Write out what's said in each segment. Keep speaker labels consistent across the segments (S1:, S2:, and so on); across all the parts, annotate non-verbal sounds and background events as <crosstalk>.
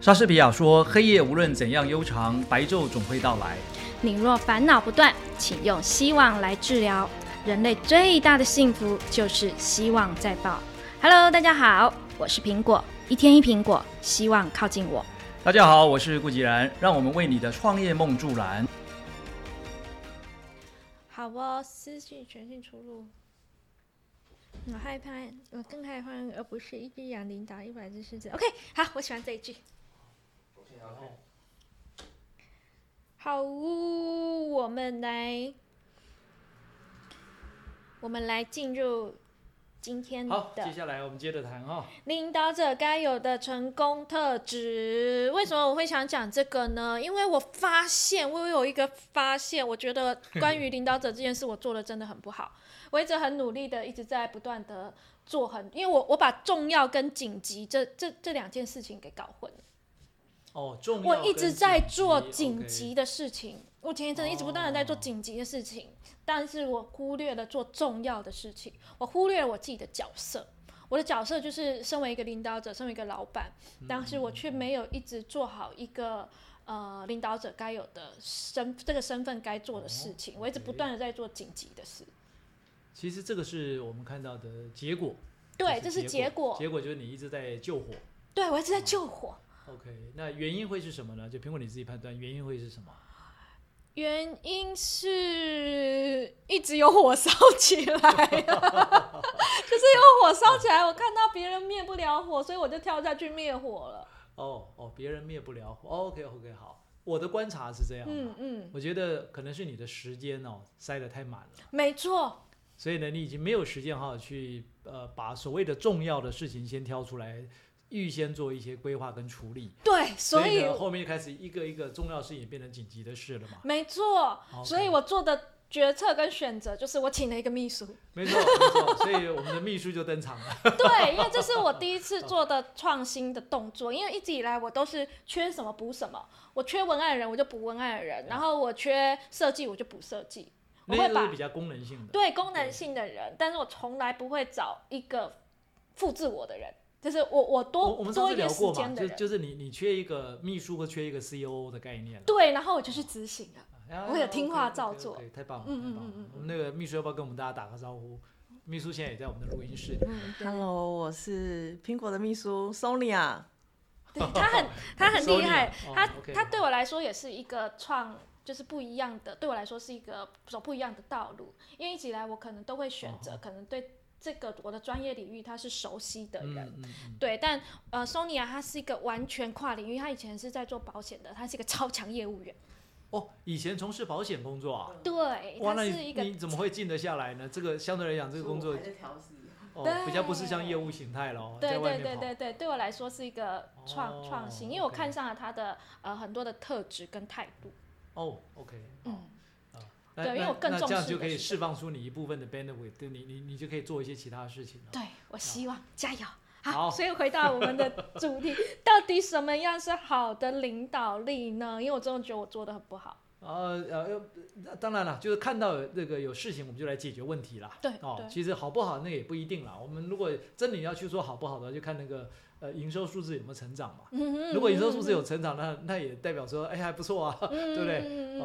S1: 莎士比亚说：“黑夜无论怎样悠长，白昼总会到来。
S2: 你若烦恼不断，请用希望来治疗。人类最大的幸福就是希望在爆。Hello，大家好，我是苹果，一天一苹果，希望靠近我。”
S1: 大家好，我是顾吉然，让我们为你的创业梦助燃。
S3: 好哦，私讯全讯出炉。我害怕，我更害怕，而不是一只羊领导一百只狮子。OK，好，我喜欢这一句。好呜，我们来，我们来进入今天
S1: 好，接
S3: 嗯的
S1: 下来我们接着谈
S4: 啊
S1: 哈、
S3: 领导者该有的成功特质。为什么我会想讲这个呢？因为我发现，我有一个发现，我觉得关于领导者这件事，我做的真的很不好。我一直很努力的，一直在不断的做很，因为我我把重要跟紧急这这这两件事情给搞混了。
S1: 哦，重要
S3: 我
S1: 跟
S3: 一直在做紧
S1: ，OK
S3: 急的事情，我前一阵一直不断的在做紧急的事情，但是我忽略了做重要的事情，我忽略了我自己的角色。我的角色就是身为一个领导者，身为一个老板，但是我却没有一直做好一个呃领导者该有的身这个身份该做的事情。我一直不断的在做紧急的事，
S4: 其实这个是我们看到的结果。
S3: 对，
S4: 就
S3: 这
S4: 是
S3: 结
S4: 结
S3: 果。
S4: 结果就是你一直在救火。
S3: 对我一直在救火，
S4: OK，那原因会是什么呢？就苹果你自己判断，原因会是什么？
S3: 原因是一直有火烧起来，就是有火烧起来，我看到别人灭不了火，所以我就跳下去灭火了。
S4: 哦哦，别人灭不了火。哦 OK OK，好，我的观察是这样。啊
S3: 嗯，嗯，
S4: 我觉得可能是你的时间哦塞得太满了，
S3: 没错，
S4: 所以呢，你已经没有时间好好去呃把所谓的重要的事情先挑出来，预先做一些规划跟处理。
S3: 对，所以
S4: 呢后面就开始一个一个重要事情变成紧急的事了嘛。
S3: 没错，
S4: OK
S3: 所以我做的决策跟选择就是我请了一个秘书。
S4: 没错没错，所以我们的秘书就登场了。
S3: 对，因为这是我第一次做的创新的动作，因为一直以来我都是缺什么补什么，我缺文案的人我就补文案的人，然后我缺设计我就补设计， <laughs> 我
S4: 那
S3: 会
S4: 些
S3: 把
S4: 都是比较功能性的。
S3: 对功能性的人，但是我从来不会找一个复制我的人，就是我我多
S4: 我我们上
S3: 多一
S4: 次
S3: 点
S4: 聊
S3: 时
S4: 过嘛，
S3: 间的
S4: 就
S3: 人。
S4: 就是你你缺一个秘书和缺一个 COO 的概念了。
S3: 对，然后我就去执行了。
S4: 啊
S3: 我有听话
S4: OK，OK，OK，
S3: 照做
S4: 太棒了，
S3: 嗯嗯
S4: 太棒
S3: 嗯嗯
S4: 了。我们那个秘书要不要跟我们大家打个招呼？秘书现在也在我们的录音室里。
S3: 嗯，
S4: <laughs>
S5: Hello，我是苹果的秘书 Sonia。
S3: 对对他
S4: <laughs>
S3: 很他很厉害
S4: Sonia，哦，
S3: 他
S4: OK
S3: 他对我来说也是一个创，就是不一样的，对我来说是一个走不一样的道路。因为一直以来我可能都会选
S4: 哦
S3: 择，可能对这个我的专业领域他是熟悉的
S4: 嗯
S3: 人，
S4: 嗯嗯，
S3: 对，但呃，Sonia 她是一个完全跨领域，她以前是在做保险的，她是一个超强业务员。
S4: 哦，以前从事保险工作啊。
S3: 对，
S4: 哇，
S3: 她
S4: 那
S3: 是一
S4: 你
S3: 个
S4: 你怎么会进得下来呢？这个相对来讲，这个工作
S5: 还在调试。
S4: 哦，
S3: 对
S4: 比较不是像业务形态咯，
S3: 对
S4: 在外
S3: 对
S4: 面
S3: 对
S4: 跑
S3: 对对，对我来说是一个创
S4: 哦
S3: 创新，因为我
S4: OK
S3: 看上了他的呃很多的特质跟态度。
S4: 哦，OK，
S3: 嗯
S4: 好，啊，那
S3: 对因为
S4: 那
S3: 我更
S4: 那
S3: 重
S4: 这样
S3: 视
S4: 就
S3: 的
S4: 可以
S3: 是
S4: 释放出你一部分的 bandwidth，对你你你就可以做一些其他事情了。
S3: 对我希望加油。
S4: 好
S3: 所以回到我们的主题，到底什么样是好的领导力呢？因为我真的觉得我做的很不好。
S4: 呃呃，要那当然了，就是看到那个有事情，我们就来解决问题啦。
S3: 对
S4: 哦
S3: 对，
S4: 其实好不好那也不一定啦。我们如果真的要去说好不好的话，就看那个呃营收数字有没有成长嘛。
S3: 嗯
S4: 如果营收数字有成长，那那也代表说，哎，还不错啊。
S3: 对
S4: 对不对
S3: 对嗯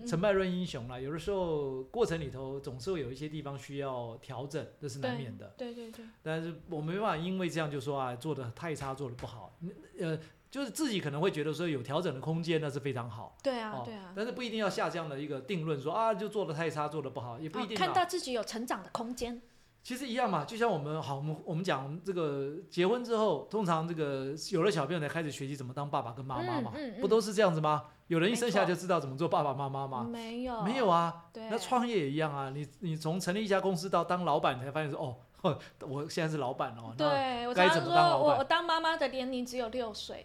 S4: 呃，成败论英雄啦，有的时候过程里头总是会有一些地方需要调整，这是难免的。
S3: 对对对，
S4: 但是我没办法因为这样就说啊，做的太差，做的不好。呃，就是自己可能会觉得说有调整的空间，那是非常好。
S3: 对啊
S4: 哦
S3: 对啊。
S4: 但是不一定要下这样的一个定论说，啊，就做的太差，做的不好，也不一定、
S3: 啊看到。自己有成长的空间，
S4: 其实一样嘛，就像我们好，我们我们讲我们这个结婚之后，通常这个有了小朋友才开始学习怎么当爸爸跟妈妈嘛，
S3: 嗯嗯嗯
S4: 不都是这样子吗？有人一
S3: 没
S4: 生下来
S3: 错嗯
S4: 就知道怎么做爸爸妈妈吗？
S3: 没有
S4: 没有啊，
S3: 对，
S4: 那创业也一样啊，你你从成立一家公司到当老板，你才发现说，哦，呵我现在是老板哦，那
S3: 对我
S4: 该
S3: 常常
S4: 怎么
S3: 说，
S4: 当老
S3: 我
S4: 板
S3: 我当妈妈的年龄只有六岁，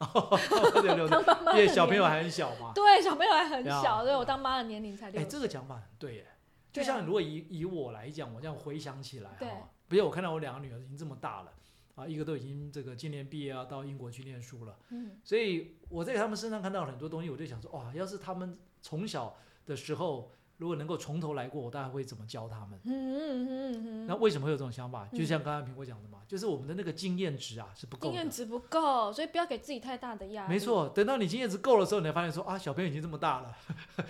S4: <laughs> 对对
S3: 当妈
S4: 对，
S3: 妈
S4: 因
S3: 的
S4: 为小朋友
S3: 年龄
S4: 还很小嘛，
S3: 对小朋友还很
S4: 呀
S3: 小，所以我当妈的年龄才
S4: 哎、
S3: 六
S4: 这
S3: 岁。
S4: 个讲法很对耶。就
S3: 对啊
S4: 像如果以以我来讲，我这样回想起来
S3: 对
S4: 哈，比如我看到我两个女儿已经这么大了啊，一个都已经这个今年毕业啊，到英国去念书了，
S3: 嗯，
S4: 所以我在他们身上看到很多东西，我就想说，哇，要是他们从小的时候。如果能够从头来过，我大概会怎么教他们？
S3: 嗯嗯嗯
S4: 那
S3: 嗯，
S4: 为什么会有这种想法？
S3: 嗯
S4: 就像刚刚苹果讲的嘛，就是我们的那个经验值啊是不够
S3: 经
S4: 的
S3: 验。值啊不够，所以不要给自己太大的压力。
S4: 没，错，等到你经验值够的时候，你才发现说啊，小朋友已经这么大了，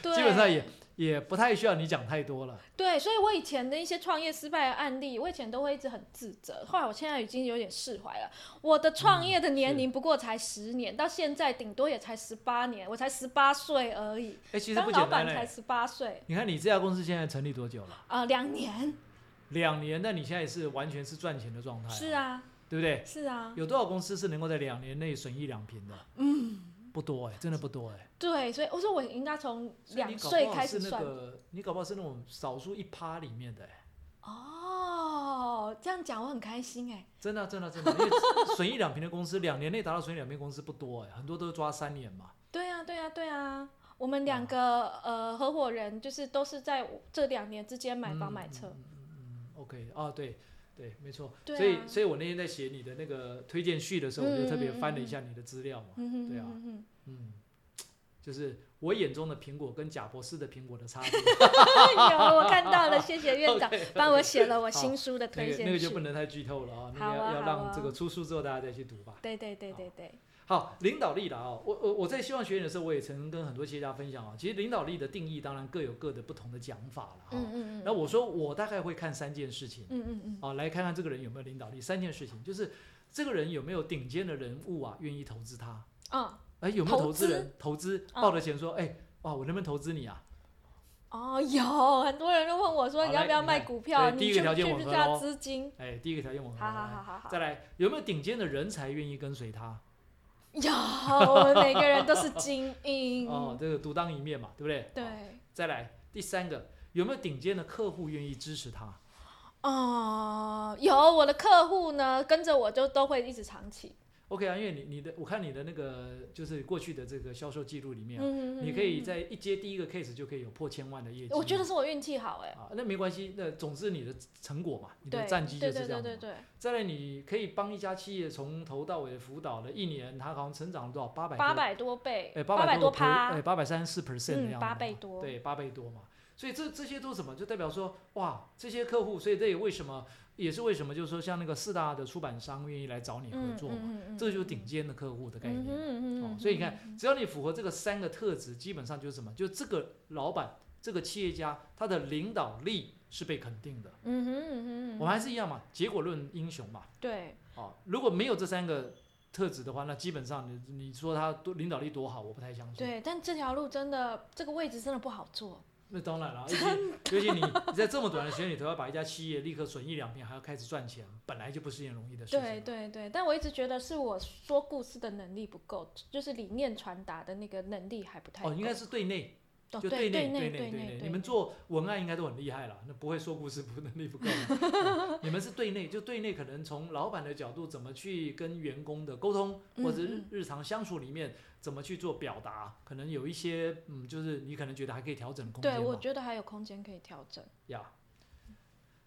S3: 对，
S4: 基本上也也不太需要你讲太多了。
S3: 对，所以我以前的一些创业失败的案例，我以前都会一直很自责，后来我现在已经有点释怀了。我的
S4: 嗯
S3: 创业的年龄不过才十年，到现在顶多也才十八年，我才十八岁而已，
S4: 哎，其实
S3: 当
S4: 不
S3: 老
S4: 简单
S3: 板才
S4: 嘞。
S3: 十八岁，
S4: 你看你这家公司现在成立多久了？
S3: 啊，两年，
S4: 两年，那你现在是完全是赚钱的状态、
S3: 是，啊，
S4: 对不对？
S3: 是啊，
S4: 有多少公司是能够在两年内损一两平的？嗯，不多哎、真的不多哎、
S3: 对，所以我说我应该从
S4: 所以你
S3: 两
S4: 搞
S3: 岁
S4: 不好
S3: 开
S4: 是
S3: 始
S4: 那
S3: 算。
S4: 个，你搞不好是那种少数一趴里面的、哎，
S3: 哦，这样讲我很开心哎，
S4: 真的啊、真的啊、真的啊、因为损一两平的公司，两年内达到损一两平的公司不多哎、很多都是抓三年嘛。
S3: 对啊，对啊，对啊。我们两个呃合伙人就是都是在这两年之间买房买车，
S4: 嗯嗯嗯嗯 OK，啊，对对，没错。
S3: 对啊
S4: 所以，所以我那天在写你的那个推荐序的时候，我就特别
S3: 嗯嗯嗯
S4: 翻了
S3: 嗯
S4: 一下你的资料嘛。
S3: 嗯
S4: 对啊
S3: 嗯嗯嗯
S4: 嗯，就是我眼中的苹果跟贾博士的苹果的差别。啊
S3: 有，我看到了，谢谢院长
S4: <laughs> OK，OK
S3: 帮我写了我新书的
S4: 那
S3: 推
S4: 个
S3: 荐
S4: 那个
S3: 序
S4: 就不能太剧透了啊，那
S3: 好
S4: 个要、
S3: 啊
S4: 要
S3: 好
S4: 让
S3: 啊
S4: 这个出书之后大家再去读吧。
S3: 对对对对对，
S4: 好，领导力了啊、我我我在希望学员的时候，我也曾跟很多企业家分享啊，其实领导力的定义当然各有各的不同的讲法了哈、
S3: 嗯嗯嗯，
S4: 那我说我大概会看三件事情
S3: 嗯嗯嗯，
S4: 啊，来看看这个人有没有领导力。三件事情就是这个人有没有顶尖的人物啊愿意投资他，
S3: 哦
S4: 哎有没有
S3: 投
S4: 投资
S3: 资
S4: 人投资
S3: 啊
S4: 抱着钱说，哎哇我能不能投资你啊？
S3: 哦，有很多人都问我说
S4: 好
S3: 你要
S4: 来
S3: 不要
S4: 你
S3: 卖
S4: 看
S3: 股票，
S4: 对
S3: 你
S4: 第一
S3: 需
S4: 个条
S3: 不需
S4: 件
S3: 不
S4: 吻
S3: 需
S4: 合
S3: 要
S4: 咯
S3: 资金？
S4: 哎，第一个条件我们
S3: 好好
S4: 来
S3: 好好好
S4: 再，来，有没有顶尖的人才愿意跟随他？
S3: 有，我们每个人都是精
S4: <laughs>
S3: 英，
S4: 哦，这个独当一面嘛，对不对？好
S3: 嗯对，
S4: 再来第三个，有没有顶尖的客户愿意支持他？
S3: 哦，有我的客户呢跟着我就都会一直长期，
S4: OK 啊，因为你你的我看你的那个就是过去的这个销售记录里面啊、
S3: 嗯，嗯
S4: 你可以。
S3: 嗯嗯
S4: 在一接第一个 case 就可以有破千万的业绩嘛。
S3: 我觉得是我运气好哎，
S4: 啊，那没关系，那总之你的成果嘛，你的
S3: 对，
S4: 战绩就
S3: 对
S4: 是这
S3: 对
S4: 样
S3: 对
S4: 嘛
S3: 对对，
S4: 再来，你可以帮一家企业从头到尾辅导了一年，它好像成长了多少？八百
S3: 八百多倍，
S4: 哎，
S3: 八
S4: 百
S3: 多
S4: 个 per-
S3: 趴
S4: 哎，，八百三十四 percent 的样子嘛，
S3: 嗯，八倍多，
S4: 对，八倍多嘛。所以这这些都是什么？就代表说，哇，这些客户，所以这也为什么，也是为什么，就是说像那个四大的出版商愿意来找你合作嘛，
S3: 嗯嗯嗯、
S4: 这就是顶尖的客户的概念。
S3: 嗯
S4: 哦，所以你看，只要你符合这个三个特质，基本上就是什么？就这个老板、这个企业家，他的领导力是被肯定的。
S3: 嗯哼嗯哼，
S4: 我们还是一样嘛，结果论英雄嘛。
S3: 对，
S4: 哦，如果没有这三个特质的话，那基本上你你说他多领导力多好，我不太相信。
S3: 对，但这条路真的，这个位置真的不好做。
S4: 那当然了，尤其尤其你你在这么短的时间里头要把一家企业立刻损益两平，还要开始赚钱，本来就不是一件容易的事情。
S3: 对，对对，但我一直觉得是我说故事的能力不够，就是理念传达的那个能力还不太够。
S4: 哦，应该是对内，
S3: 哦
S4: 就
S3: 对
S4: 内
S3: 内
S4: 对
S3: 对
S4: 内。
S3: 对
S4: 你们做文案应该都很厉害了，那不会说故事不能力不够嗯你们是对内，就对内可能从老板的角度怎么去跟员工的沟通，
S3: 嗯
S4: 或者日
S3: 嗯
S4: 日常相处里面怎么去做表达，可能有一些嗯，就是你可能觉得还可以调整的空间
S3: 对，
S4: 嘛。
S3: 我觉得还有空间可以调整。
S4: 呀、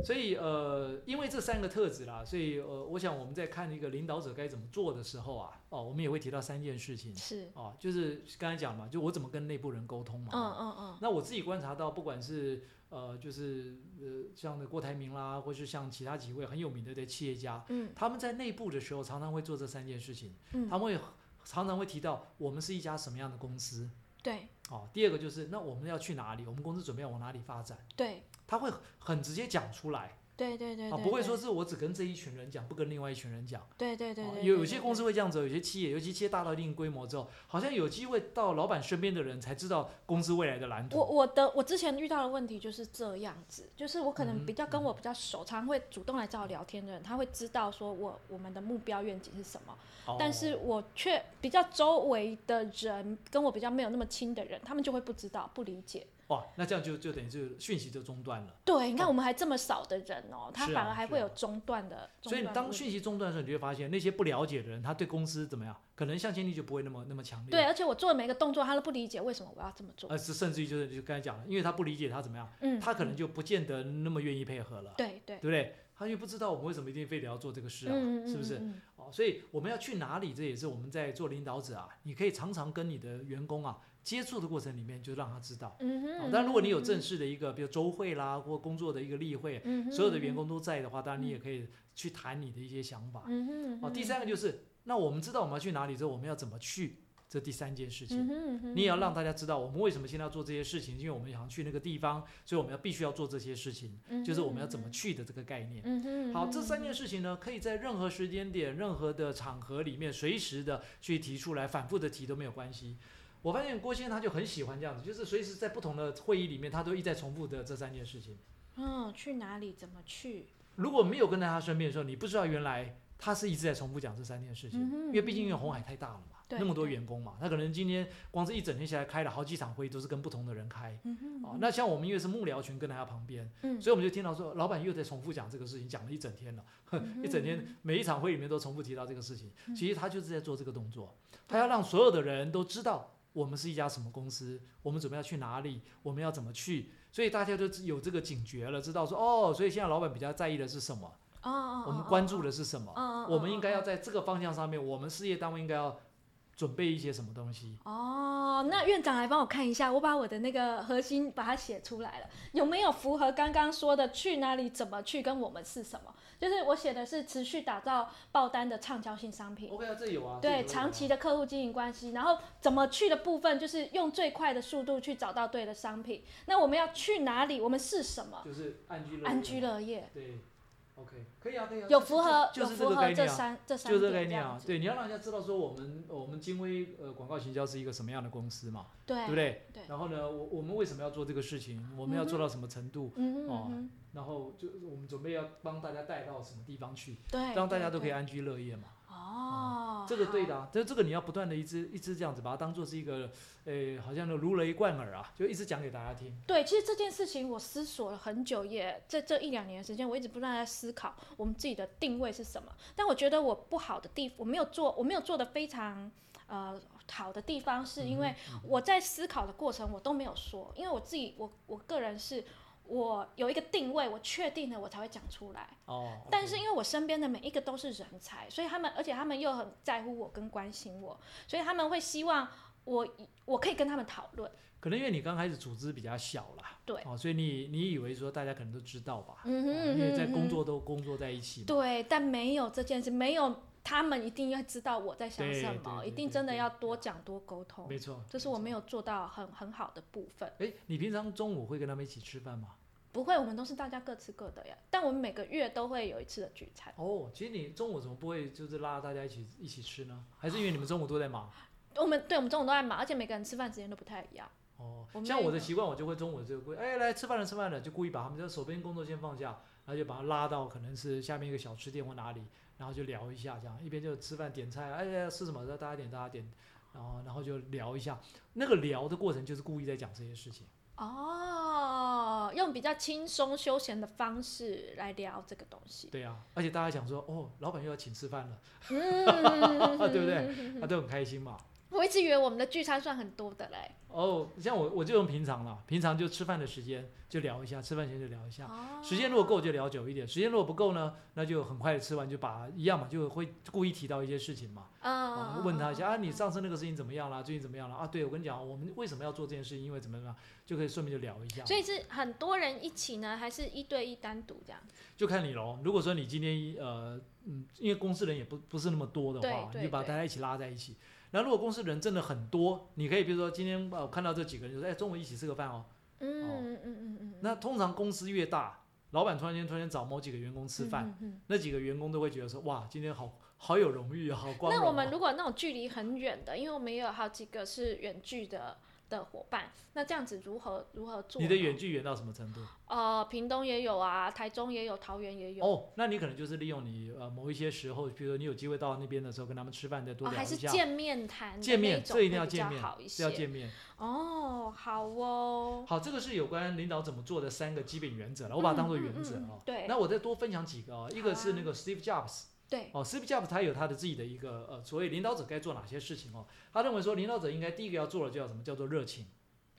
S4: 所以呃，因为这三个特质啦，所以呃，我想我们在看一个领导者该怎么做的时候啊，哦，我们也会提到三件事情
S3: 是，
S4: 哦，就是刚才讲嘛，就我怎么跟内部人沟通嘛。
S3: 嗯嗯嗯，
S4: 那我自己观察到，不管是呃，就是呃，像的郭台铭啦，或是像其他几位很有名的的企业家，
S3: 嗯
S4: 他们在内部的时候常常会做这三件事情，
S3: 嗯
S4: 他们会常常会提到我们是一家什么样的公司，
S3: 对
S4: 哦，第二个就是那我们要去哪里，我们公司准备要往哪里发展。
S3: 对
S4: 他会很直接讲出来
S3: 对对对
S4: 啊，不会说，是我只跟这一群人讲，不跟另外一群人讲。
S3: 对对对
S4: 啊
S3: 对，
S4: 有有些公司会这样子，哦有些企业，尤其企业大到一定规模之后，好像有机会到老板身边的人才知道公司未来的蓝
S3: 我
S4: 图。
S3: 我的我之前遇到的问题就是这样子，就是我可
S4: 嗯哼
S3: 能比较跟
S4: 嗯
S3: 我比较熟，常会主动来找我聊天的人，他会知道说我我们的目标愿景是什么，
S4: 哦
S3: 但是我却比较周围的人跟我比较没有那么亲的人，他们就会不知道不理解。
S4: 哇，那这样就就等于就讯息就中断了。
S3: 对，你
S4: 哦
S3: 看我们还这么少的人哦、他
S4: 是
S3: 反
S4: 啊
S3: 而还
S4: 是
S3: 会
S4: 啊
S3: 有中断的。中
S4: 所以你
S3: 断的
S4: 当
S3: 问
S4: 讯
S3: 题
S4: 息中断的时候，你就会发现那些不了解的人，他对公司怎么样，可能向心力就不会那么那么强烈。
S3: 对，而且我做的每个动作，他都不理解为什么我要这么做。
S4: 呃，是甚至于就是就刚才讲了，因为他不理解他怎么样，
S3: 嗯，
S4: 他可能
S3: 嗯
S4: 就不见得那么愿意配合了。
S3: 对
S4: 对
S3: 对
S4: 不对？他又不知道我们为什么一定非得要做这个事啊，
S3: 嗯，
S4: 是不是？
S3: 嗯？嗯
S4: 哦，所以我们要去哪里，这也是我们在做领导者啊，你可以常常跟你的员工啊接触的过程里面，就让他知道。
S3: 嗯
S4: 啊
S3: 哼，
S4: 但如果你有正式的一个，比如周会啦，或工作的一个例会，
S3: 嗯哼，
S4: 所有的员工都在的话，当然你也可以去谈你的一些想法。
S3: 嗯哼，嗯哼，
S4: 哦，第三个就是，那我们知道我们要去哪里之后，我们要怎么去，这第三件事
S3: 嗯
S4: 情。
S3: 哼，嗯哼
S4: 你也要让大家知道，我们为什么现在要做这些事情，因为我们想要去那个地方，所以我们要必须要做这些事情，就是我们要怎么，去的这个概念。
S3: 嗯哼嗯哼，
S4: 好，这三
S3: 嗯
S4: 件事情呢，可以在任何时间点、任何的场合里面，随时的去提出来，反复的提都没有关系。我发现郭先生他就很喜欢这样子，就是随时在不同的会议里面，他都一再重复的这三件事情。
S3: 哼，嗯，去哪里，怎么去，
S4: 如果没有跟在他身边的时候，你不知道原来他是一直在重复讲这三件事情，
S3: 嗯哼
S4: 因为毕竟因为红海太大了嘛，
S3: 对
S4: 那么多
S3: 对
S4: 员工嘛，他可能今天光是一整天下来开了好几场会，都是跟不同的人开。
S3: 嗯哼，
S4: 哦，那像我们因为是幕僚群跟在他旁边，
S3: 嗯
S4: 所以我们就听到说，老板又在重复讲这个事情，讲了一整天了，
S3: 嗯
S4: 一整天每一场会里面都重复提到这个事情。其实他就是在做这个动作，他要让所有的人都知道我们是一家什么公司，我们准备要去哪里，我们要怎么去，所以大家都有这个警觉了，知道说哦，所以现在老板比较在意的是什么，
S3: 哦哦，
S4: 我们
S3: 哦
S4: 关注，
S3: 哦
S4: 的是什
S3: 哦
S4: 么，
S3: 哦，
S4: 我们应该要
S3: 哦
S4: 在这个方向上面，我们事业单位应该要准备一些什么东西。
S3: 哦，那院长来帮我看一下，我把我的那个核心把它写出来了，有没有符合刚刚说的去哪里、怎么去跟我们是什么？就是我写的是持续打造爆单的畅销性商品。
S4: OK 啊，这有啊，这
S3: 嗯对
S4: 有啊
S3: 长期的客户经营关系，然后怎么去的部分，就是用最快的速度去找到对的商品。那我们要去哪里？我们是什么？
S4: 就是安居乐业
S3: 安居乐业，
S4: 对，OK，可以啊，可以啊，
S3: 有
S4: 这
S3: 符合
S4: 这就
S3: 有
S4: 是这
S3: 符
S4: 个
S3: 合
S4: 概
S3: 这
S4: 念啊，
S3: 三这三
S4: 就
S3: 点
S4: 这个概
S3: 这
S4: 念
S3: 样
S4: 啊，
S3: 子
S4: 对，你要让人家知道说我们我们金威呃广告行销是一个什么样的公司嘛，
S3: 对
S4: 对不对？
S3: 对
S4: 然后呢，我我们为什么要做这个事情？我们要做到什么程度？
S3: 嗯哼
S4: 哦
S3: 嗯哼，
S4: 然后就我们准备要帮大家带到什么地方去，
S3: 对，
S4: 让大
S3: 对
S4: 家都可以
S3: 对
S4: 安居乐业嘛。
S3: 哦，
S4: 这个对
S3: 好
S4: 的、啊，这这个你要不断的一直一直这样子把它当做是一个，呃，好像如雷贯耳啊，就一直讲给大家听。
S3: 对，其实这件事情我思索了很久耶，也在这一两年的时间，我一直不断地在思考我们自己的定位是什么。但我觉得我不好的地，我没有做，我没有做的非常呃好的地方，是因为我在思考的过程我都没有说，因为我自己我我个人是。我有一个定位，我确定了，我才会讲出来。
S4: 哦，
S3: 但是
S4: OK
S3: 因为我身边的每一个都是人才，所以他们，而且他们又很在乎我跟关心我，所以他们会希望我我可以跟他们讨论。
S4: 可能因为你刚开始组织比较小啦，
S3: 对
S4: 哦，所以你你以为说大家可能都知道吧，
S3: 嗯
S4: 哦因为在工作都工作在一起嘛，
S3: 对，但没有这件事，没有他们一定要知道我在想
S4: 对
S3: 什
S4: 对
S3: 么，
S4: 对
S3: 一定
S4: 对
S3: 真的
S4: 对
S3: 要多讲多沟通
S4: 没，错，
S3: 这是我没有做到很很好的部分。
S4: 哎，你平常中午会跟他们一起吃饭吗？
S3: 不会，我们都是大家各吃各的呀，但我们每个月都会有一次的聚餐。
S4: 哦，其实你中午怎么不会就是拉大家一起一起吃呢？还是因为你们中午都在忙？
S3: 我们对我们中午都在忙，而且每个人吃饭时间都不太一样。
S4: 哦
S3: 我，们
S4: 像
S3: 那
S4: 我的
S3: 个
S4: 习惯，我就会中午就会，哎，来吃饭了，吃饭了，就故意把他们的手边工作先放下，然后就把他拉到可能是下面一个小吃店或哪里，然后就聊一下，这样一边就吃饭点菜，哎呀吃什么，大家点大家点，然后然后就聊一下，那个聊的过程就是故意在讲这些事情。
S3: 哦，用比较轻松休闲的方式来聊这个东
S4: <laughs>
S3: 西，
S4: 对啊，而且大家想说，哦，老板又要请吃饭了，
S3: 嗯
S4: 对不
S3: <laughs>
S4: 对？啊他、都很开心嘛。
S3: 我一直以为我们的聚餐算很多的嘞。
S4: 哦，像我我就用平常了，平常就吃饭的时间就聊一下，吃饭前就聊一下。
S3: 哦，
S4: 时间如果够就聊久一点，时间如果不够呢，那就很快的吃完就把一样嘛，就会故意提到一些事情嘛，啊
S3: 嗯，
S4: 问他一下啊，你
S3: 嗯
S4: 上次那个事情怎么样啦？最近怎么样了？啊，对我跟你讲，我们为什么要做这件事情？因为怎么样，就可以顺便就聊一下，
S3: 所以是很多人一起呢，还是一对一单独这样？
S4: 就看你喽。如果说你今天呃嗯，因为公司人也不不是那么多的话，
S3: 对对
S4: 你就把
S3: 对
S4: 大家一起拉在一起。然后如果公司人真的很多，你可以比如说今天呃我看到这几个人就说，哎，中午一起吃个饭哦，
S3: 嗯嗯嗯嗯嗯。
S4: 那通常公司越大，老板突然间突然间找某几个员工吃饭，
S3: 嗯嗯嗯
S4: 那几个员工都会觉得说，哇，今天好好有荣誉啊，好光荣、啊。
S3: 那我们如果那种距离很远的，因为我们也有好几个是远距的的伙伴，那这样子如何如何做呢？
S4: 你的远距远到什么程度？
S3: 呃，屏东也有啊，台中也有，桃园也有，
S4: 哦，那你可能就是利用你呃某一些时候，比如说你有机会到那边的时候，跟他们吃饭再多
S3: 哦
S4: 聊
S3: 还
S4: 一
S3: 是
S4: 下，
S3: 见面谈的
S4: 见面
S3: 那种
S4: 这一定
S3: 会
S4: 要
S3: 比
S4: 见
S3: 较
S4: 面
S3: 好一
S4: 是要
S3: 些。
S4: 见面。
S3: 哦，好哦，
S4: 好，这个是有关领导怎么做的三个基本原则了，我把它当做原则
S3: 嗯嗯嗯啊
S4: 哦。
S3: 对
S4: 那我再多分享几个哦，一个是那个 Steve Jobs，
S3: 对，
S4: 哦，Steve Jobs 他有他的自己的一个呃，所谓领导者该做哪些事情哦。他认为说，领导者应该第一个要做的叫什么？叫做热情，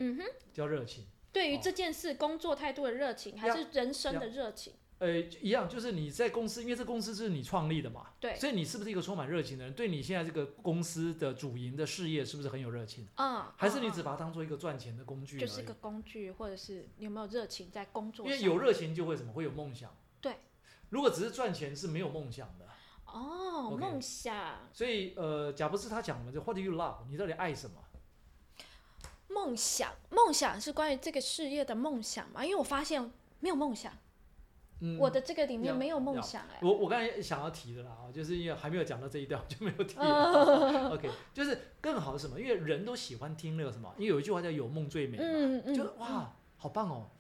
S3: 嗯哼，
S4: 叫热情。
S3: 对于
S4: 哦
S3: 这件事工作态度的热情，还
S4: 呀
S3: 是人生
S4: 呀
S3: 的热情，
S4: 呃，一样，就是你在公司，因为这公司是你创立的嘛，
S3: 对
S4: 所以你是不是一个充满热情的人？对你现在这个公司的主营的事业是不是很有热情？
S3: 嗯，
S4: 还是
S3: 嗯
S4: 你
S3: 嗯
S4: 只把它当做一个赚钱的工具而已？
S3: 哦就是一个工具，或者是你有没有热情在工作
S4: 因
S3: 上？
S4: 为有热情就会什么会有梦想。
S3: 对，
S4: 如果只是赚钱是没有梦想的。
S3: 哦，
S4: OK
S3: 梦想，
S4: 所以呃，贾布斯他讲我们这 What do you love？你到底爱什么？
S3: 梦想，梦想是关于这个事业的梦想嘛？因为我发现没有梦想，
S4: 嗯，
S3: 我的这个里面
S4: 要
S3: 没有梦
S4: 要
S3: 想哎、
S4: 我我刚才想要提的啦，哦就是因为还没有讲到这一段，我就没有提
S3: 嗯
S4: 了。OK，就是更好是什么？因为人都喜欢听那个什么，因为有一句话叫“有梦最美”嘛，
S3: 嗯
S4: 就是
S3: 嗯，
S4: 哇，好棒哦！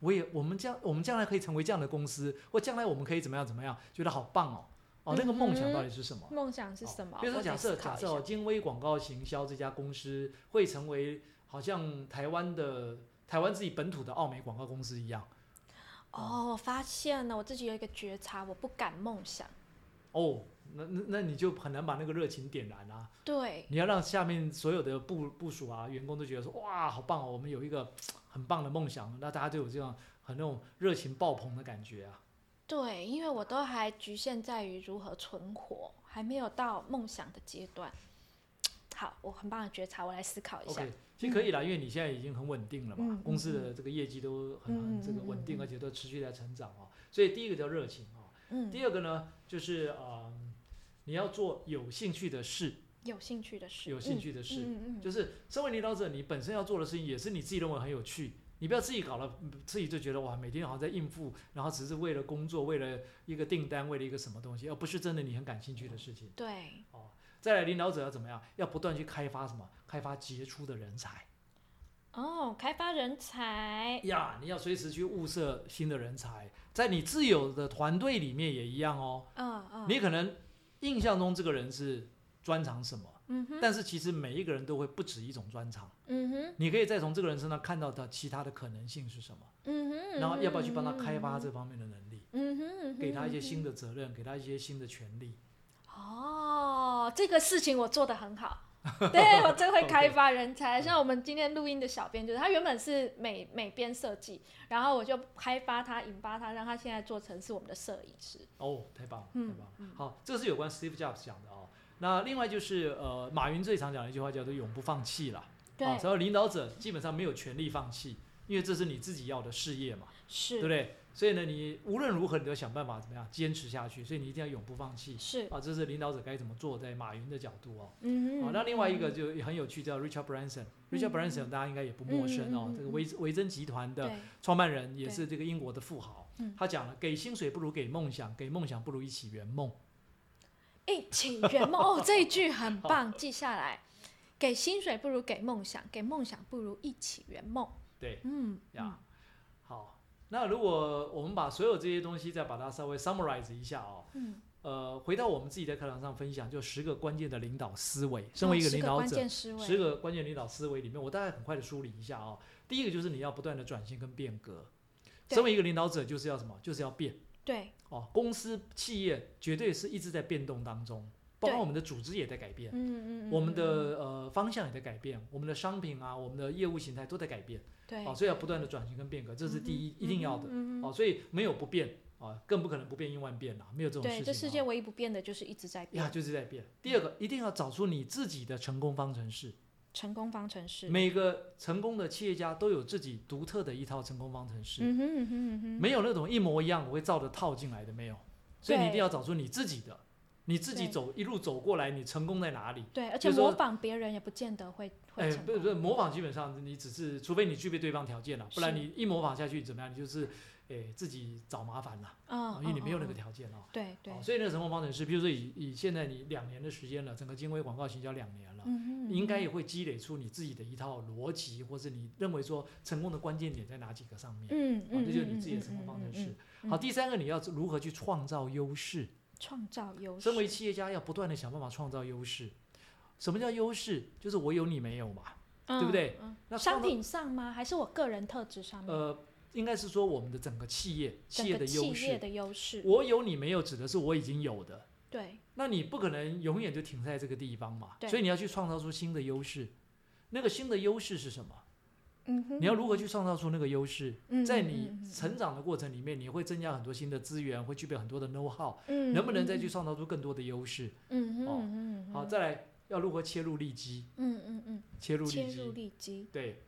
S4: 我也我们将我们将来可以成为这样的公司，或将来我们可以怎么样怎么样，觉得好棒哦！哦，那个梦想到底是什么？
S3: 梦想嗯是什么？
S4: 哦比如说，
S3: 我得
S4: 假设
S3: 思考
S4: 假
S3: 一
S4: 设
S3: 下
S4: 哦，金威广告行销这家公司会成为好像台湾的台湾自己本土的奥美广告公司一样
S3: 哦，我发现了，我自己有一个觉察，我不敢梦想。
S4: 哦，那那那你就很难把那个热情点燃啊！
S3: 对，
S4: 你要让下面所有的部部署啊员工都觉得说哇，好棒哦，我们有一个很棒的梦想，那大家就有这样很那种热情爆棚的感觉啊。
S3: 对，因为我都还局限在于如何存活，还没有到梦想的阶段。好，我很棒的觉察，我来思考一下。
S4: OK，其实可以啦，因为你现在已经很稳定了嘛，
S3: 嗯
S4: 公司的这个业绩都很
S3: 嗯嗯
S4: 很这个稳定，而且都持续在成长啊。所以第一个叫热情啊，
S3: 嗯，
S4: 第二个呢就是呃，你要做有兴趣的事，
S3: 有兴趣的事，
S4: 有兴
S3: 嗯
S4: 趣的事，
S3: 嗯嗯嗯，
S4: 就是身为领导者，你本身要做的事情也是你自己认为很有趣，你不要自己搞了，嗯自己就觉得哇，每天好像在应付，然后只是为了工作，为了一个订单，为了一个什么东西，而不是真的你很感兴趣的事情。哦
S3: 对，
S4: 再来，领导者要怎么样？要不断去开发什么？开发杰出的人才
S3: 哦，开发人才，
S4: 呀！你要随时去物色新的人才，在你自有的团队里面也一样哦。
S3: 嗯嗯，
S4: 你可能印象中这个人是专长什么，
S3: 嗯哼，
S4: 但是其实每一个人都会不止一种专长，
S3: 嗯哼，
S4: 你可以再从这个人身上看到他其他的可能性是什么。
S3: 嗯哼，
S4: 然后要不要去帮他开发
S3: 嗯
S4: 这方面的能力，
S3: 嗯哼，嗯哼
S4: 给他一些新
S3: 的。
S4: 的责任，给他一些新的权利。
S3: 哦，这个事情我做的
S4: <laughs>
S3: 很好，对我真会开发人才。像我们今天录音的小编，就是他原本是美美编设计，然后我就开发他、引发他，让他现在做成是我们的摄影师。
S4: 哦，太棒了，太
S3: 嗯
S4: 棒了。好，这是有关 Steve Jobs 讲的哦。那另外就是呃，马云最常讲的一句话叫做“永不放弃”啦。
S3: 对，
S4: 哦，所以领导者基本上没有权利放弃，因为这是你自己要的事业嘛，对不
S3: 是
S4: 对？所以呢，你无论如何你都要想办法怎么样坚持下去，所以你一定要永不放弃
S3: 是，
S4: 啊！这是领导者该怎么做，在马云的角度哦。
S3: 嗯
S4: 好、
S3: 哼
S4: 那另外一个就也很有趣，叫 Richard Branson。Richard Branson 大家应该也不陌生哦，
S3: 嗯嗯嗯嗯嗯
S4: 这个维维珍集团的
S3: 对，
S4: 创办人，也是这个英国的富豪
S3: 嗯。
S4: 他讲了，给薪水不如给梦想，给梦想不如一起圆梦。
S3: 一起哎圆
S4: <laughs>
S3: 梦哦，这一句很棒，记下来。给薪水不如给梦想，给梦想不如一起圆梦。
S4: 对
S3: 嗯，
S4: 呀，好。那如果我们把所有这些东西再把它稍微 summarize 一下哦，
S3: 嗯，
S4: 呃，回到我们自己在课堂上分享，就十个关键的领导思维。身为一个
S3: 哦十
S4: 领导
S3: 关
S4: 者，
S3: 键思维，
S4: 十个关键领导思维里面，我大概很快的梳理一下哦。第一个就是你要不断的转型跟变革。
S3: 对
S4: 身为一个领导者，就是要什么？就是要变。
S3: 对，
S4: 哦，公司企业绝对是一直在变动当中，包括
S3: 对
S4: 我们的组织也在改变，
S3: 嗯嗯嗯，
S4: 我们的
S3: 嗯
S4: 呃方向也在改变，我们的商品啊，我们的业务形态都在改变，
S3: 嗯对，
S4: 哦，所以要不断的转型跟变革，这是第一、一定要的，
S3: 嗯哼嗯哼
S4: 哦，所以没有不变啊、更不可能不变应万变啦，没有这种事
S3: 对，
S4: 情、啊。
S3: 这世界唯一不变的就是一直在
S4: 呀，
S3: 变。
S4: 就是在变。第二个，一定要找出你自己的成功方程式。
S3: 成功方程式，
S4: 每个成功的企业家都有自己独特的一套成功方程式，
S3: 嗯哼嗯哼嗯哼，
S4: 没有那种一模一样我会照着套进来的没有，所以你一定要找出你自己的，你自己
S3: 对
S4: 走一路走过来，你成功在哪里？
S3: 对，而
S4: 就
S3: 且
S4: 是说
S3: 模仿别人也不见得会会
S4: 哎，
S3: 成
S4: 不
S3: 功。
S4: 是不是模仿，基本上你只是除非你具备对方条件了，不然
S3: 是
S4: 你一模仿下去怎么样？你就是哎自己找麻烦了，
S3: 嗯，
S4: 因为你没有那个
S3: 嗯嗯
S4: 条件啊。
S3: 嗯对对
S4: 哦，所以那个成功方程式，比如说以以现在你两年的时间了，整个金威广告行销两年了。
S3: 嗯哼
S4: 应该也
S3: 嗯
S4: 会积累出你自己的一套逻辑，或是你认为说成功的关键点在哪几个上面，
S3: 嗯
S4: 啊
S3: 嗯，
S4: 这就是你自己的
S3: 嗯
S4: 成功方程
S3: 嗯嗯嗯
S4: 式
S3: 嗯。嗯
S4: 好，第三个你要如何去创造优势？
S3: 创造优势，
S4: 身为企业家要不断的想办法创造优势。什么叫优势？就是我有你没有嘛。对不对
S3: 嗯？
S4: 那
S3: 嗯商
S4: 创造
S3: 品上吗？还是我个人特质上面？
S4: 呃，应该是说我们的整个企业企
S3: 整
S4: 业
S3: 个
S4: 的优
S3: 企业
S4: 势。
S3: 的优势，
S4: 我有你没有，指的是我已经有的。
S3: 对，
S4: 那你不可能永远就停在这个地方嘛，
S3: 对
S4: 所以你要去创造出新的优势。那个新的优势是什么？
S3: 嗯哼
S4: 你要如何去创造出那个优势？
S3: 嗯
S4: 在
S3: 嗯
S4: 你
S3: 嗯嗯
S4: 成长的过程里面，你会增加很多新的资源，会具备很多的 know how，
S3: 嗯
S4: 能不能再
S3: 嗯
S4: 去创造出更多的优势？
S3: 嗯哼
S4: 哦
S3: 嗯哼
S4: 好，再来要如何切入利基？
S3: 嗯嗯嗯
S4: 切入
S3: 嗯，
S4: 利
S3: 切入
S4: 基，
S3: 利基，
S4: 对，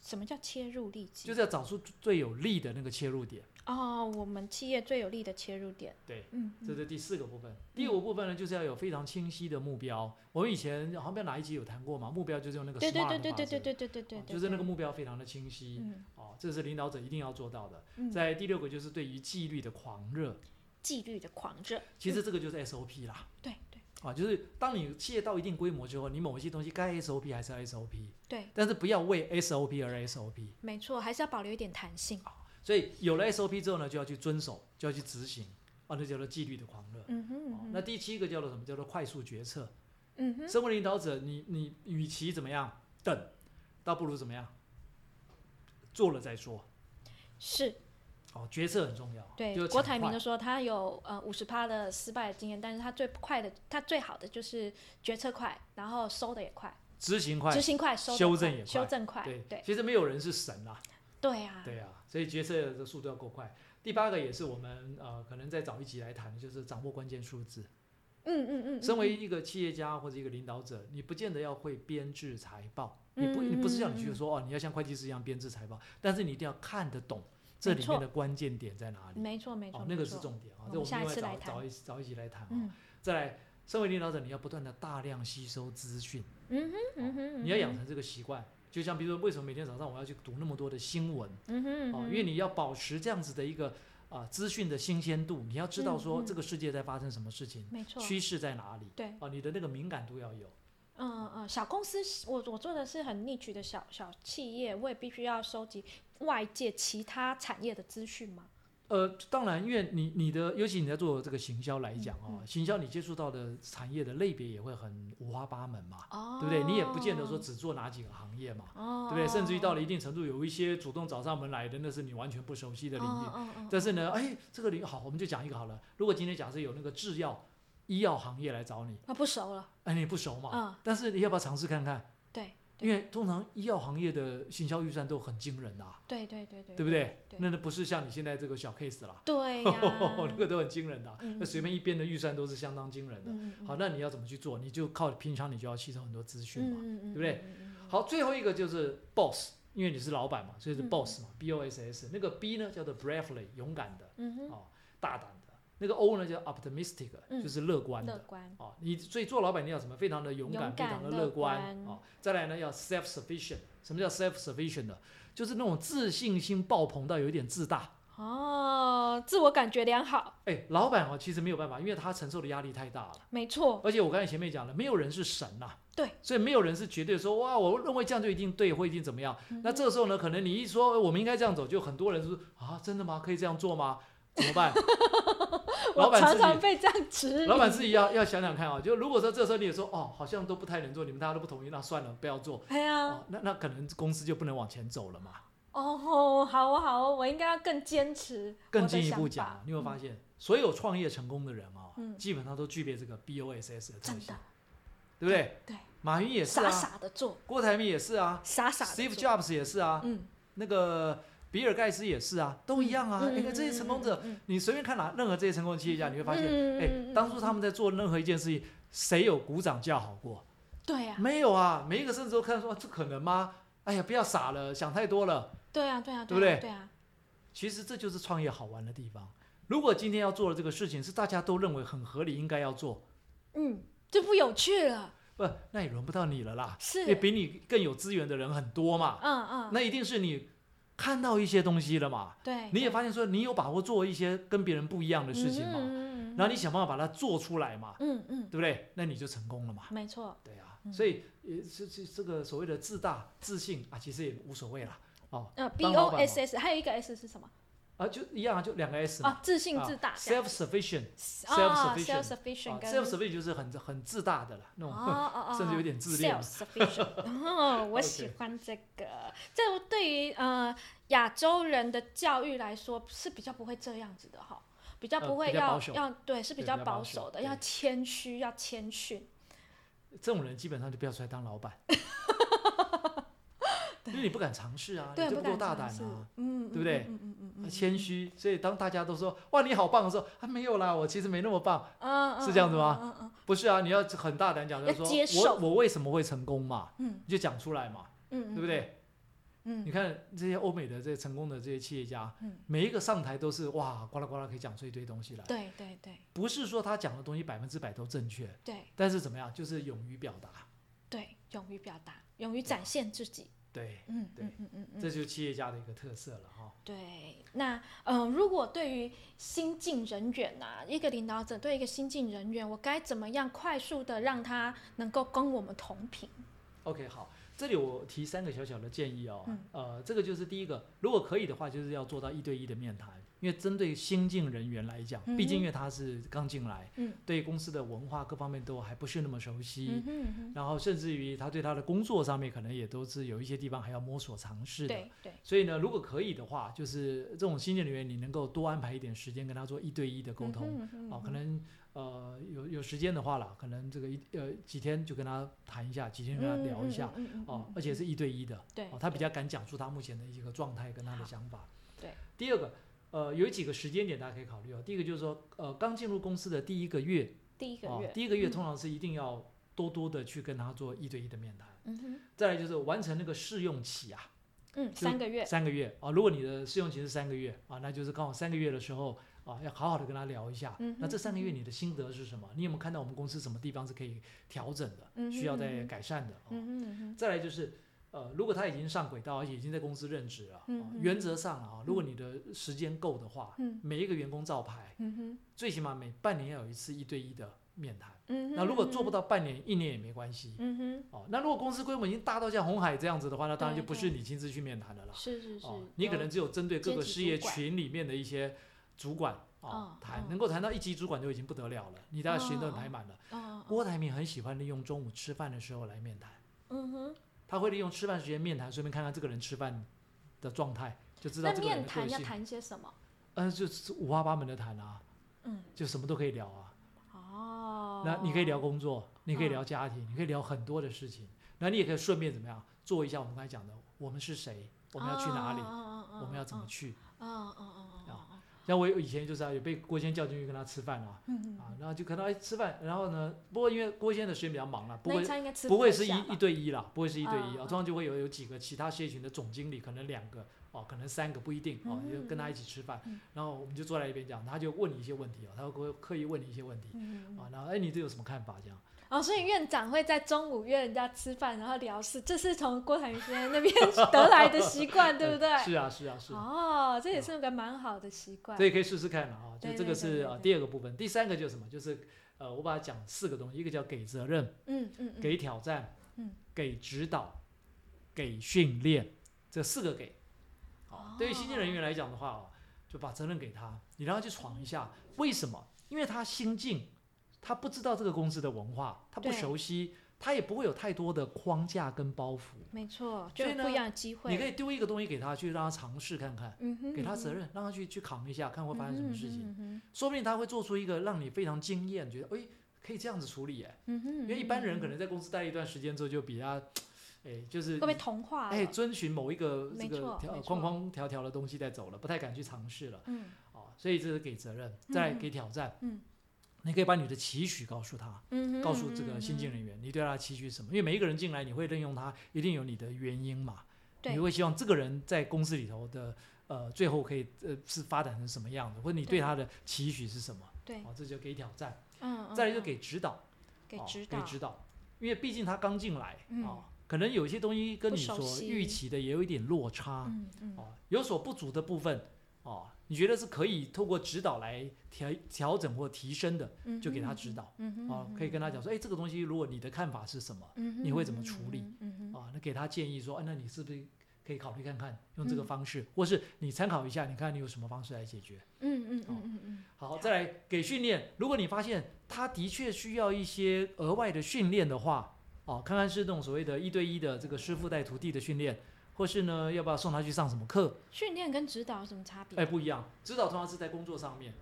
S3: 什么叫切入利基？
S4: 就是要找出最有利的那个切入点。
S3: 哦，我们企业最有利的切入点。
S4: 对，
S3: 嗯，
S4: 这
S3: 嗯
S4: 是第四个部分。第五部分呢，就是要有非常清晰的目标。我们以前好像哪一集有谈过嘛，目标就是用那个
S3: 对
S4: SMART
S3: 对
S4: 法
S3: 对
S4: 则，
S3: 对对对对对对对
S4: 哦
S3: 对，
S4: 就是那个
S3: 对，
S4: 目标非常的清晰。
S3: 嗯
S4: 哦，这是领导者一定要做到的。
S3: 嗯，
S4: 在第六个就是对于纪律的狂热，
S3: 纪律的狂热，
S4: 其实这个就是 SOP 啦。
S3: 对对
S4: 啊，就是当你企业到一定规模之后，你某一些东西该 SOP 还是要 SOP，
S3: 对，
S4: 但是不要为 SOP 而 SOP。
S3: 没错，还是要保留一点弹性。
S4: 所以有了 SOP 之后呢，就要去遵守，就要去执行，啊，那叫做纪律的狂热。
S3: 嗯哼
S4: 哦
S3: 嗯
S4: 那
S3: 哼，
S4: 第七个叫做什么？叫做快速决策。
S3: 嗯哼，
S4: 身为领导者，你你与其怎么样等，倒不如怎么样做了再说。
S3: 是
S4: 哦，决策很重要。就
S3: 对。
S4: 是
S3: 郭
S4: 抢
S3: 台铭
S4: 快
S3: 就说他有呃五十趴的失败的经验，但是他最快的，他最好的就是决策快，然后收的也快，
S4: 执行快
S3: 执，行快，收得
S4: 修
S3: 快
S4: 正也
S3: 修
S4: 快
S3: 正快，
S4: 对
S3: 对
S4: 其实没有人是神啊，
S3: 对啊，
S4: 对啊，所以决策的速度要够快。第八个也是我们呃可能再早一集来谈的，就是掌握关键数字。
S3: 嗯嗯嗯，
S4: 身
S3: 嗯
S4: 为
S3: 嗯
S4: 一个企业家或者一个领导者，你不见得要会编制财报，你
S3: 嗯
S4: 不你不是叫你去说哦，你要像会计师一样编制财报，但是你一定要看得懂这
S3: 没
S4: 里
S3: 错
S4: 面的关键点在哪里。
S3: 嗯没错没错
S4: 哦，，
S3: 没
S4: 那个
S3: 错
S4: 是重点啊，
S3: 我
S4: 这我们
S3: 们下
S4: 另
S3: 一
S4: 外
S3: 次来
S4: 找
S3: 谈
S4: 找一找一集来谈啊。
S3: 嗯
S4: 再来，身为领导者，你要不断的大量吸收资讯，
S3: 嗯哼嗯哼，
S4: 你要养
S3: 嗯哼
S4: 成这个习惯。就像比如说，为什么每天早上我要去读那么多的新闻？
S3: 嗯哼，
S4: 哦，
S3: 嗯
S4: 因为你要保持这样子的一个啊、资讯的新鲜度，你要知道说
S3: 嗯嗯
S4: 这个世界在发生什么事情，
S3: 没错，
S4: 趋势在哪里，
S3: 对，
S4: 哦，你的那个敏感度要有，
S3: 嗯嗯，小公司是我我做的是很 niche 的小小企业，我也必须要收集外界其他产业的资讯嘛。
S4: 呃，当然，因为你你的，尤其你在做这个行销来讲哦，
S3: 嗯
S4: 行销你接触到的产业的类别也会很五花八门嘛，
S3: 哦
S4: 对不对？你也不见得说，只做哪几个行业嘛，
S3: 哦，
S4: 对不对？甚至于到了一定程度，有一些主动找上门来的，那是你完全不熟悉的领域。
S3: 嗯嗯嗯，
S4: 但是呢，哎，这个领域好，我们就讲一个好了。如果今天假设有那个制药、医药行业来找你，
S3: 啊不熟了，
S4: 哎，你不熟嘛，
S3: 嗯
S4: 但是你要不要尝试看看？
S3: 对对
S4: 因为通常医药行业的行销预算都很惊人的、啊，
S3: 对对对对，
S4: 对不对？
S3: 对
S4: 那那不是像你现在这个小 case 啦，，
S3: <laughs> 对呀
S4: <laughs> 那个都很惊人的啊、
S3: 嗯
S4: 那随便一编的预算都是相当惊人的。
S3: 嗯嗯
S4: 好，那你要怎么去做？你就靠平常你就要吸收很多资讯嘛。
S3: 嗯嗯
S4: 对
S3: 嗯，
S4: 不对
S3: 嗯？嗯
S4: 好，最后一个就是 boss，因为你是老板嘛，所以是
S3: 嗯
S4: boss 嘛、b O S S。那个 B 呢叫做 bravely，勇敢的，
S3: 嗯嗯
S4: 哦，大胆的。那个 O 呢叫 optimistic，
S3: 嗯
S4: 就是乐观
S3: 嗯，乐
S4: 的。
S3: 观，
S4: 哦，你所以做老板你要什么？非常的勇敢，
S3: 勇
S4: 非
S3: 敢
S4: 常的
S3: 乐
S4: 乐观
S3: 观
S4: 哦。再来呢，要 self sufficient。什么叫 self sufficient 呢？就是那种自信心爆棚到有一点自大。
S3: 哦，自我感觉良好，
S4: 哎，老板哦，其实没有办法，因为他承受的压力太大了。
S3: 没错，
S4: 而且我刚才前面讲了，没有人是神呐、
S3: 对，
S4: 所以没有人是绝对说哇，我认为这样就一定对，或一定怎么样。
S3: 嗯
S4: 那这时候呢，可能你一说呃我们应该这样走，就很多人说啊，真的吗？可以这样做吗？怎么办？老
S3: <laughs> 我
S4: 板
S3: 常
S4: 自己
S3: 常被这样指
S4: 老板
S3: 引
S4: 自己要要想想看啊，就如果说这时候你也说哦，好像都不太能做，你们大家都不同意，那算了，不要做，
S3: <laughs> 哎呀
S4: 哦，、那那可能公司就不能往前走了嘛。
S3: 哦吼，好哦好哦，我应该要更坚持，
S4: 更进一步
S3: 讲
S4: 讲，，你有没有发现、所有创业成功的人啊、
S3: 嗯
S4: 基本上都具备这个 BOSS 的特
S3: 真
S4: 性
S3: 的，
S4: 对不对？
S3: 对，
S4: 马云也是
S3: 傻
S4: 啊，
S3: 傻的做，
S4: 郭台铭也是啊
S3: 傻傻的
S4: ，Steve
S3: 做，
S4: Jobs 也是啊，
S3: 嗯，
S4: 那个比尔盖茨也是啊，都一样啊。哎、
S3: 嗯
S4: 这些成功者，，
S3: 嗯嗯嗯嗯
S4: 你随便看哪任何这些成功的企业家，你会发现，哎、
S3: 嗯嗯嗯嗯
S4: 当初他们在做任何一件事情，谁有鼓掌叫好过？
S3: 对呀，
S4: 没有啊，每一个甚至都看说、啊这可能吗？哎呀，不要傻了，想太多了。
S3: 对呀，对呀，
S4: 对不对
S3: 对呀，
S4: 其实这就是创业好玩的地方。如果今天要做的这个事情是大家都认为很合理，应该要做，
S3: 嗯，就不有趣了，
S4: 不，那也轮不到你了啦。
S3: 是
S4: 也，比你更有资源的人很多嘛，
S3: 嗯嗯，
S4: 那一定是你看到一些东西了嘛，
S3: 对，
S4: 你也
S3: 对
S4: 发现说你有把握做一些跟别人不一样的事情嘛，
S3: 嗯嗯
S4: 然后你想办法把它做出来嘛，
S3: 嗯嗯嗯
S4: 对不对？那你就成功了嘛。
S3: 嗯，没错，
S4: 对啊，
S3: 嗯
S4: 所以也是这这个所谓的自大、自信啊，其实也无所谓啦。哦，
S3: 呃，B
S4: 当
S3: O
S4: 老板嘛
S3: S S，还有一个 S 是什么？
S4: 啊，就一样啊，就两个 S 嘛
S3: 啊，自信自大这样
S4: self sufficient，
S3: 啊
S4: self-sufficient，
S3: ，self-sufficient
S4: 啊
S3: 跟
S4: ，self sufficient 就是很很自大的啦，那种、
S3: 哦
S4: 甚至有点自恋了
S3: Self-sufficient，哦，我
S4: OK
S3: 喜欢这个。这对于呃亚洲人的教育来说是比较不会这样子的哈，比较
S4: 呃
S3: 不会
S4: 比较
S3: 要
S4: 保守
S3: 要对是比
S4: 对
S3: 较
S4: 比较保
S3: 保
S4: 守
S3: 守的，
S4: 对
S3: 要谦虚，要谦逊。 <laughs>
S4: 这种人基本上就不要出来当老板。因为你不敢尝试啊，
S3: 对，
S4: 你就
S3: 不
S4: 够
S3: 敢
S4: 大胆
S3: 尝试
S4: 啊，，
S3: 嗯，嗯
S4: 对不对
S3: 嗯嗯嗯嗯，嗯
S4: 谦，虚。所以当大家都说哇你好棒的时候，啊没有啦，我其实没那么棒。
S3: 嗯，嗯
S4: 是这样子吗？
S3: 嗯嗯嗯
S4: 不是啊，你要很大胆讲，就
S3: 要
S4: 是说
S3: 接受
S4: 我我为什么会成功嘛，
S3: 嗯
S4: 你就讲出来嘛，
S3: 嗯，嗯
S4: 对不？对？
S3: 嗯
S4: 你看这些欧美的这些成功的这些企业家
S3: 嗯，
S4: 每一个上台都是哇呱啦呱啦可以讲出一堆东西来，
S3: 对对对
S4: 不是说他讲的东西百分之百都正确，
S3: 对
S4: 但是怎么样，就是勇于表达，
S3: 对，勇于表达，勇于展现自己，
S4: 对，
S3: 嗯
S4: 对
S3: 嗯嗯嗯嗯，
S4: 这就是企业家的一个特色了哈。
S3: 对，那呃，如果对于新进人员啊，一个领导者对一个新进人员，我该怎么样快速的让他能够跟我们同频？
S4: OK，好，这里我提三个小小的建议哦。
S3: 嗯
S4: 呃，这个就是第一个，如果可以的话，就是要做到一对一的面谈，因为针对新进人员来讲，毕竟因为他是刚进来，
S3: 嗯
S4: 对公司的文化各方面都还不是那么熟悉。
S3: 嗯哼嗯哼，
S4: 然后，甚至于他对他的工作上面，可能也都是有一些地方还要摸索尝试的。
S3: 对对，
S4: 所以呢，如果可以的话，就是这种新进人员，你能够多安排一点时间跟他做一对一的沟通。
S3: 嗯哼
S4: 哦，可能呃有有时间的话啦，可能这个一呃几天就跟他谈一下，几天跟他聊一下，，
S3: 嗯嗯嗯嗯嗯嗯
S4: 哦
S3: 嗯，
S4: 而且是一对一的，
S3: 对
S4: 哦，他比较敢讲出他目前的一个状态跟他的
S3: 好
S4: 想法。
S3: 对，
S4: 第二个，呃，有几个时间点大家可以考虑哦。第一个就是说，呃，刚进入公司的第一个月，
S3: 第一个
S4: 哦
S3: 月，，
S4: 第一个月
S3: 嗯
S4: 通常是一定要多多的去跟他做一对一的面谈。
S3: 嗯哼，
S4: 再来就是完成那个试用期啊，
S3: 嗯，
S4: 就
S3: 三个月，
S4: 三个月啊、如果你的试用期是三个月啊，那就是刚好三个月的时候啊，要好好的跟他聊一下。
S3: 嗯哼
S4: 那这三个月你的心得是什么？你有没有看到我们公司什么地方是可以调整的，
S3: 嗯哼
S4: 需要再
S3: 嗯哼
S4: 改善的？啊
S3: 嗯哼嗯哼，
S4: 再来就是，呃，如果他已经上轨道，而且已经在公司任职了，啊
S3: 嗯嗯
S4: 原则上啊，如果你的时间够的话，
S3: 嗯
S4: 每一个员工照排，
S3: 嗯哼，
S4: 最起码每半年要有一次一对一的面谈。
S3: 嗯哼，
S4: 那如果做不
S3: 到，
S4: 到半年、一年也没关系。
S3: 嗯哼，
S4: 哦，那如果公司规模已经大到像红海这样子的话，那当然
S3: 对
S4: 就不是你亲自去面谈的啦。
S3: 是是嗯是
S4: 哦，，你可能只有针对各
S3: 阶
S4: 个
S3: 级
S4: 事
S3: 主
S4: 业
S3: 管
S4: 群里面的一些主管
S3: 哦
S4: 啊谈
S3: 哦，
S4: 能够谈到一级主管就已经不得了了，你大家时间都
S3: 哦哦
S4: 排满了。
S3: 哦，哦
S4: 郭台铭很喜欢利用中午吃饭的时候来面谈，
S3: 嗯哼，
S4: 他会利用吃饭时间面谈，顺便看看这个人吃饭的状态，就知道
S3: 那
S4: 这个人
S3: 面
S4: 的个
S3: 谈要
S4: 性。
S3: 谈些什么？
S4: 嗯，就是五花八门的谈啊，
S3: 嗯，
S4: 就什么都可以聊啊。
S3: 哦，
S4: 那你可以聊工作，你可以
S3: 嗯
S4: 聊家庭，你可以聊很多的事情。那你也可以顺便怎么样做一下我们刚才讲的，我们是谁，我们要去哪里，
S3: 我
S4: 我们要怎么去。
S3: 哦嗯嗯嗯嗯嗯
S4: 像我有以前就是啊，有被郭先叫进去跟他吃饭啊，
S3: 嗯
S4: 啊，然后就看到哎吃饭，然后呢，不过因为郭先的时间比较忙啊了，不
S3: 那一
S4: 会
S3: 餐应该吃
S4: 不
S3: 得
S4: 会是一
S3: 下
S4: 一
S3: 吧
S4: 对一啦，不会是一对一啊，
S3: 嗯
S4: 通
S3: 嗯
S4: 常就会有有几个其他事业群的总经理，可能两个哦，可能三个不一定哦，
S3: 嗯
S4: 就跟他一起吃饭
S3: 嗯，
S4: 然后我们就坐在一边讲，他就问你一些问题哦，他会刻意问你一些问题
S3: 嗯
S4: 啊，然后哎你对有什么看法这样，
S3: 哦，所以院长会在中午约人家吃饭，然后聊事，这是从郭台铭先生那边得来的习惯，对
S4: <laughs>
S3: 不对？
S4: 是啊是啊是啊，
S3: 哦，这也是个蛮好的习惯。
S4: 这也可以试试看了啊，就
S3: 对
S4: 这
S3: 对
S4: 个
S3: 对
S4: 是
S3: 对
S4: 啊
S3: 对
S4: 第二个部分，第三个就是什么，就是呃我把它讲四个东西，一个叫给责任，
S3: 嗯嗯嗯，
S4: 给挑战，
S3: 嗯
S4: 给指导，给训练，这四个给。好，
S3: 哦
S4: 对于新进人员来讲的话哦，就把责任给他，你让他去闯一下。为什么？因为他新进，他不知道这个公司的文化，他不
S3: 对
S4: 熟悉，他也不会有太多的框架跟包袱。
S3: 没错，就
S4: 所
S3: 有
S4: 以呢
S3: 不一样的机会。
S4: 你可以丢一个东西给他，去让他尝试看看，
S3: 嗯哼，
S4: 给他责
S3: 嗯
S4: 任，让他去去扛一下，看
S3: 哼，
S4: 会发生什么事情。
S3: 嗯哼
S4: 说不定他会做出一个让你非常惊艳，觉得哎可以这样子处理哎。
S3: 嗯哼，因
S4: 因为一般人可能在公司待一段时间之后，就比较，哎，就是
S3: 会被同化了。
S4: 哎遵循某一个这
S3: 没
S4: 个
S3: 错
S4: 条
S3: 没错
S4: 框框条条的东西在走了，不太敢去尝试了
S3: 嗯
S4: 哦，所以这是给责任，再来
S3: 嗯
S4: 给挑战。
S3: 嗯，
S4: 你可以把你的期许告诉他，
S3: 嗯哼，
S4: 告诉这个新进
S3: 人，
S4: 人员，你对他的期许是什么？因为每一个人进来，你会任用他，一定有你的原因嘛。
S3: 对
S4: 你会希望这个人在公司里头的呃，最后可以呃是发展成什么样子，或者你对
S3: 对
S4: 他的期许是什么？
S3: 对，
S4: 哦，这就给挑战，
S3: 嗯，嗯
S4: 再来就
S3: 嗯
S4: 给指导。
S3: 给
S4: 哦
S3: 指
S4: 给
S3: 导，
S4: 指导，因为毕竟他刚进来啊、
S3: 嗯
S4: 哦可能有一些东西跟
S3: 不
S4: 你
S3: 熟
S4: 所
S3: 悉
S4: 预期的也有一点落差啊、
S3: 嗯嗯，
S4: 哦，有所不足的部分哦，你觉得是可以透过指导来调调整或提升的，
S3: 嗯
S4: 就给他
S3: 哼
S4: 指导，
S3: 嗯哼，
S4: 哦，可以跟他讲说，哎，这个东西如果你的看法是什么
S3: 嗯哼，
S4: 你会怎么处理
S3: 嗯哼？嗯哼，
S4: 啊、那给他建议说，哎、那你是不是可以考虑看看用这个
S3: 嗯
S4: 方式，或是你参考一下，你看你有什么方式来解决？
S3: 嗯嗯
S4: 哦
S3: 嗯嗯嗯，
S4: 好，
S3: 好
S4: 再来给训练。如果你发现他的确需要一些额外的训练的话，哦，看看是那种所谓的一对一的这个师傅带徒弟的训练，或是呢，要不要送他去上什么课？哎
S3: 训练跟指导有什么差别？
S4: 哎，不一样，指导通常是在工作上面，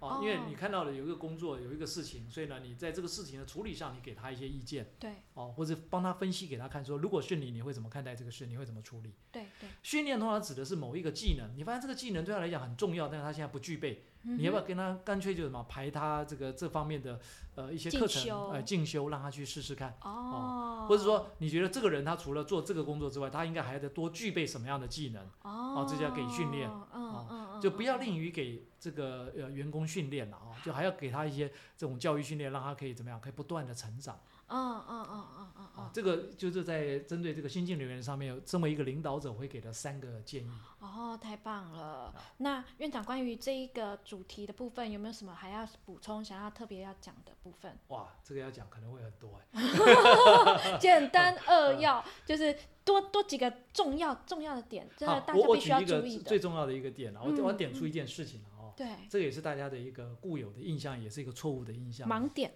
S4: 哦，因为
S3: 哦
S4: 你看到了有一个工作，有一个事情，所以呢，你在这个事情的处理上，你给他一些意见
S3: 对
S4: 哦，或者帮他分析给他看说，如果是你，你会怎么看待这个事，你会怎么处理？
S3: 对对，
S4: 训练通常指的是某一个技能，你发现这个技能对他来讲很重要，但是他现在不具备，
S3: 嗯
S4: 你要不要跟他干脆就什么排他这个这方面的呃一些
S3: 进
S4: 课程
S3: 修
S4: 呃进修，让他去试试看。
S3: 哦，
S4: 或者说，你觉得这个人他除了做这个工作之外，他应该还得多具备什么样的技能？
S3: 哦，
S4: 这叫给训练哦
S3: 嗯嗯嗯，
S4: 就不要
S3: 嗯
S4: 吝于给这个呃员工训练了啊、就还要给他一些这种教育训练，让他可以怎么样，可以不断的成长
S3: 嗯嗯嗯嗯
S4: 啊
S3: 嗯。
S4: 这个就是在针对这个新进人员上面，身为一个领导者会给的三个建议。
S3: 嗯，哦，太棒了。那院长关于这一个主题的部分，有没有什么还要补充、想要特别要讲的部分？
S4: 哇，这个要讲可能会很多哎、 <laughs>
S3: 简单扼
S4: 嗯
S3: 要，就是多多几个重要重要的点，真的
S4: 好，
S3: 大
S4: 我
S3: 家
S4: 我
S3: 必
S4: 举
S3: 须要
S4: 一
S3: 注
S4: 个
S3: 意
S4: 最
S3: 的。
S4: 重要的一个点啊，我、
S3: 嗯
S4: 我点出一件事情了哦，
S3: 对，
S4: 这个也是大家的一个固有的印象，也是一个错误的印象。
S3: 盲点。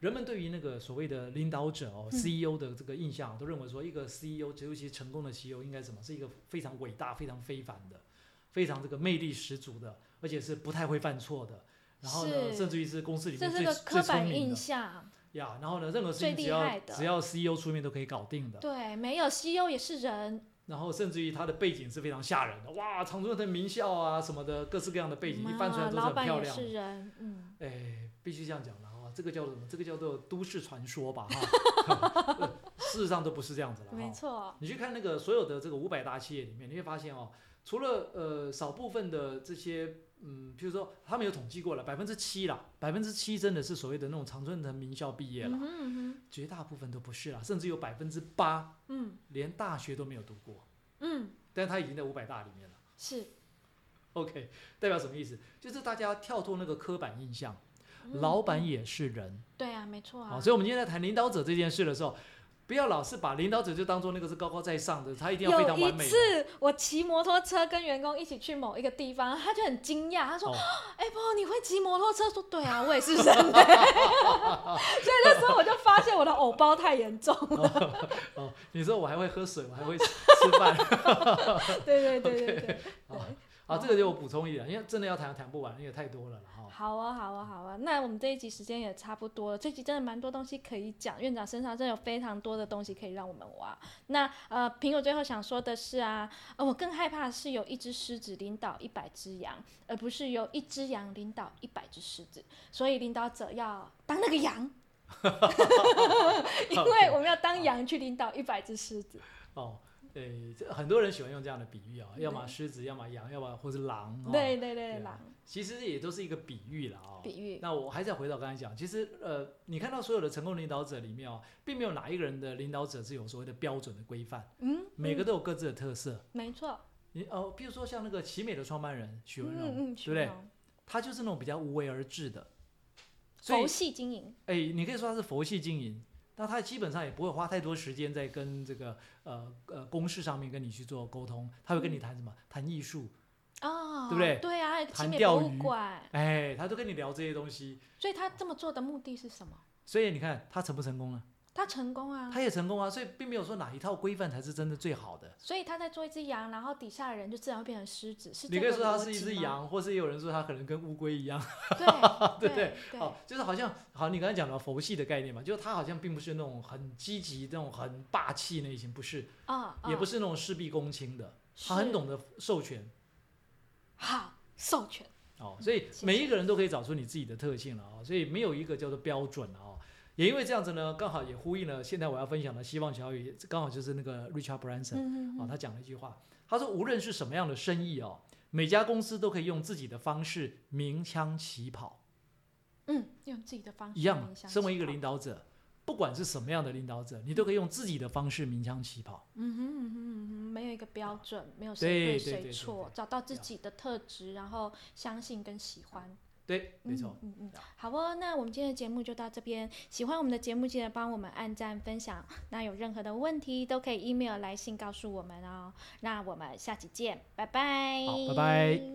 S4: 人们对于那个所谓的领导者哦、
S3: 嗯
S4: c e o 的这个印象啊，都认为说一个 CEO，尤其成功的 CEO 应该什么，是一个非常伟大、非常非凡的、非常这个魅力十足的，而且是不太会犯错的。然后呢，
S3: 是
S4: 甚至于是公司里
S3: 这
S4: 面
S3: 是
S4: 最
S3: 个
S4: 最
S3: 刻
S4: 聪
S3: 板
S4: 明
S3: 印
S4: 的
S3: 象，
S4: 呀。然后呢，任何事
S3: 最
S4: 情只
S3: 厉害
S4: 要
S3: 的
S4: 只要 CEO 出面都可以搞定的。
S3: 对，没有 CEO 也是人，
S4: 然后甚至于他的背景是非常吓人的，哇，常春藤名校啊什么的，各式各样的背景，一翻出来
S3: 嘛
S4: 都是
S3: 嗯啊老
S4: 很
S3: 板
S4: 漂
S3: 也
S4: 亮的
S3: 是。人，嗯，
S4: 哎，必须这样讲了啊，这个叫做什么？这个叫做都市传说吧，哈。 <laughs> 呃事实上都不是这样子了
S3: 没
S4: 哈。
S3: 错，
S4: 你去看那个所有的这个五百大企业里面，你会发现哦，除了呃少部分的这些，嗯，譬如说他们有统计过了，百分之七啦，百分之七真的是所谓的那种常春藤名校毕业了，
S3: 嗯哼嗯
S4: 绝大部分都不是啦，甚至有百分之八
S3: 哼嗯
S4: 连大学都没有读过，
S3: 嗯，
S4: 但他已经在五百大里面了。
S3: 是
S4: OK，代表什么意思？就是大家跳脱那个刻板印象，
S3: 嗯
S4: 老板也是人。
S3: 对啊，没错啊
S4: 好，，所以我们今天在谈领导者这件事的时候，不要老是把领导者就当做那个是高高在上的，他一定要非常
S3: 有
S4: 完
S3: 一
S4: 美的。
S3: 次，我骑摩托车跟员工一起去某一个地方，他就很惊讶，他说
S4: 哦：“
S3: 哎、不、你会骑摩托车？”说：“对啊，我也是人 <laughs> 类。”所以那时候我就发现我的偶包太严重 <laughs> 了。
S4: 哦，你说我还会喝水，我还会吃吃
S3: <laughs>
S4: 饭
S3: 对对对对对，
S4: 啊啊，这个就我补充一点，因为真的要谈谈不完，因为太多了啦
S3: <laughs>
S4: 哈。
S3: 好啊好啊好啊。那我们这一集时间也差不多了，这集真的蛮多东西可以讲，院长身上真的有非常多的东西可以让我们挖。那呃，苹果最后想说的是啊，呃，我更害怕的是有一只狮子领导一百只羊，而不是有一只羊领导一百只狮子。所以领导者要当那个羊， <laughs> 因为我们要当羊去领导一百只狮子。
S4: 哦，对，这很多人喜欢用这样的比喻啊，
S3: 嗯
S4: 要么狮子，要么羊，要么或是狼。哦
S3: 对对对，
S4: 对
S3: 狼
S4: 其实也都是一个比喻了啊、哦。
S3: 嗯比喻。
S4: 那我还是要回到刚才讲，其实呃，你看到所有的成功领导者里面哦，并没有哪一个人的领导者是有所谓的标准的规范，
S3: 嗯，
S4: 每个
S3: 嗯
S4: 都有各自的特色。
S3: 没错。
S4: 你哦，比如说像那个奇美的创办人许文荣，
S3: 嗯嗯，
S4: 对不对
S3: 形？容
S4: 他就是那种比较无为而治的，所以
S3: 佛系经营。
S4: 哎，你可以说他是佛系经营，那他基本上也不会花太多时间在跟这个呃呃公式上面跟你去做沟通，他会跟
S3: 嗯
S4: 你谈什么？谈艺术，
S3: 哦，
S4: 对不对
S3: 对啊，还有
S4: 谈
S3: 奇美
S4: 钓
S3: 博物
S4: 鱼
S3: 馆，
S4: 哎，他都跟你聊这些东西，
S3: 所以他这么做的目的是什么？
S4: 所以你看他成不成功呢？
S3: 他成功啊，
S4: 他也成功啊，所以并没有说哪一套规范才是真的最好的。
S3: 所以他在做一只羊，然后底下的人就自然会变成狮子，是
S4: 你
S3: 这
S4: 可以
S3: 个
S4: 说它
S3: 逻
S4: 是一
S3: 辑
S4: 只
S3: 吗，
S4: 羊，或是也有人说它可能跟乌龟一样， <laughs>
S3: 对
S4: 对不对？
S3: 对
S4: 哦，就是好像好，你刚才讲到佛系的概念嘛，就是它好像并不是那种很积极、那种很霸气那一型，不是，
S3: 啊，
S4: 也不
S3: 是
S4: 是那种事必躬亲的，它很懂得授权
S3: 好授权，
S4: 哦，所以
S3: 谢
S4: 每一个人都可以找出你自己的特性了哦，所以没有一个叫做标准了哦。也因为这样子呢，刚好也呼应了现在我要分享的希望小雨，刚好就是那个 Richard Branson
S3: 嗯嗯
S4: 哦，
S3: 嗯，
S4: 他讲了一句话，他说无论是什么样的生意哦，每家公司都可以用自己的方式鸣枪起跑，
S3: 嗯，用自己的方式
S4: 一样嘛
S3: 影。响
S4: 身为
S3: 思
S4: 一个
S3: 考
S4: 领，导者，不管是什么样的领导者，你都可以用自己的方式鸣枪起跑。
S3: 嗯哼嗯哼嗯哼，没有一个标准，没有
S4: 对
S3: 谁
S4: 对对
S3: 谁
S4: 对
S3: 错
S4: 对，
S3: 找到自
S4: 对啊
S3: 己的特质，然后相信跟喜欢。
S4: 对，没错。
S3: 嗯嗯，嗯好哦，那我们今天的节目就到这边。喜欢我们的节目，记得帮我们按赞、分享。那有任何的问题，
S2: 嗯
S3: 都可以 email 来信告诉我们哦。那我们下期见，拜拜。
S4: 好拜拜。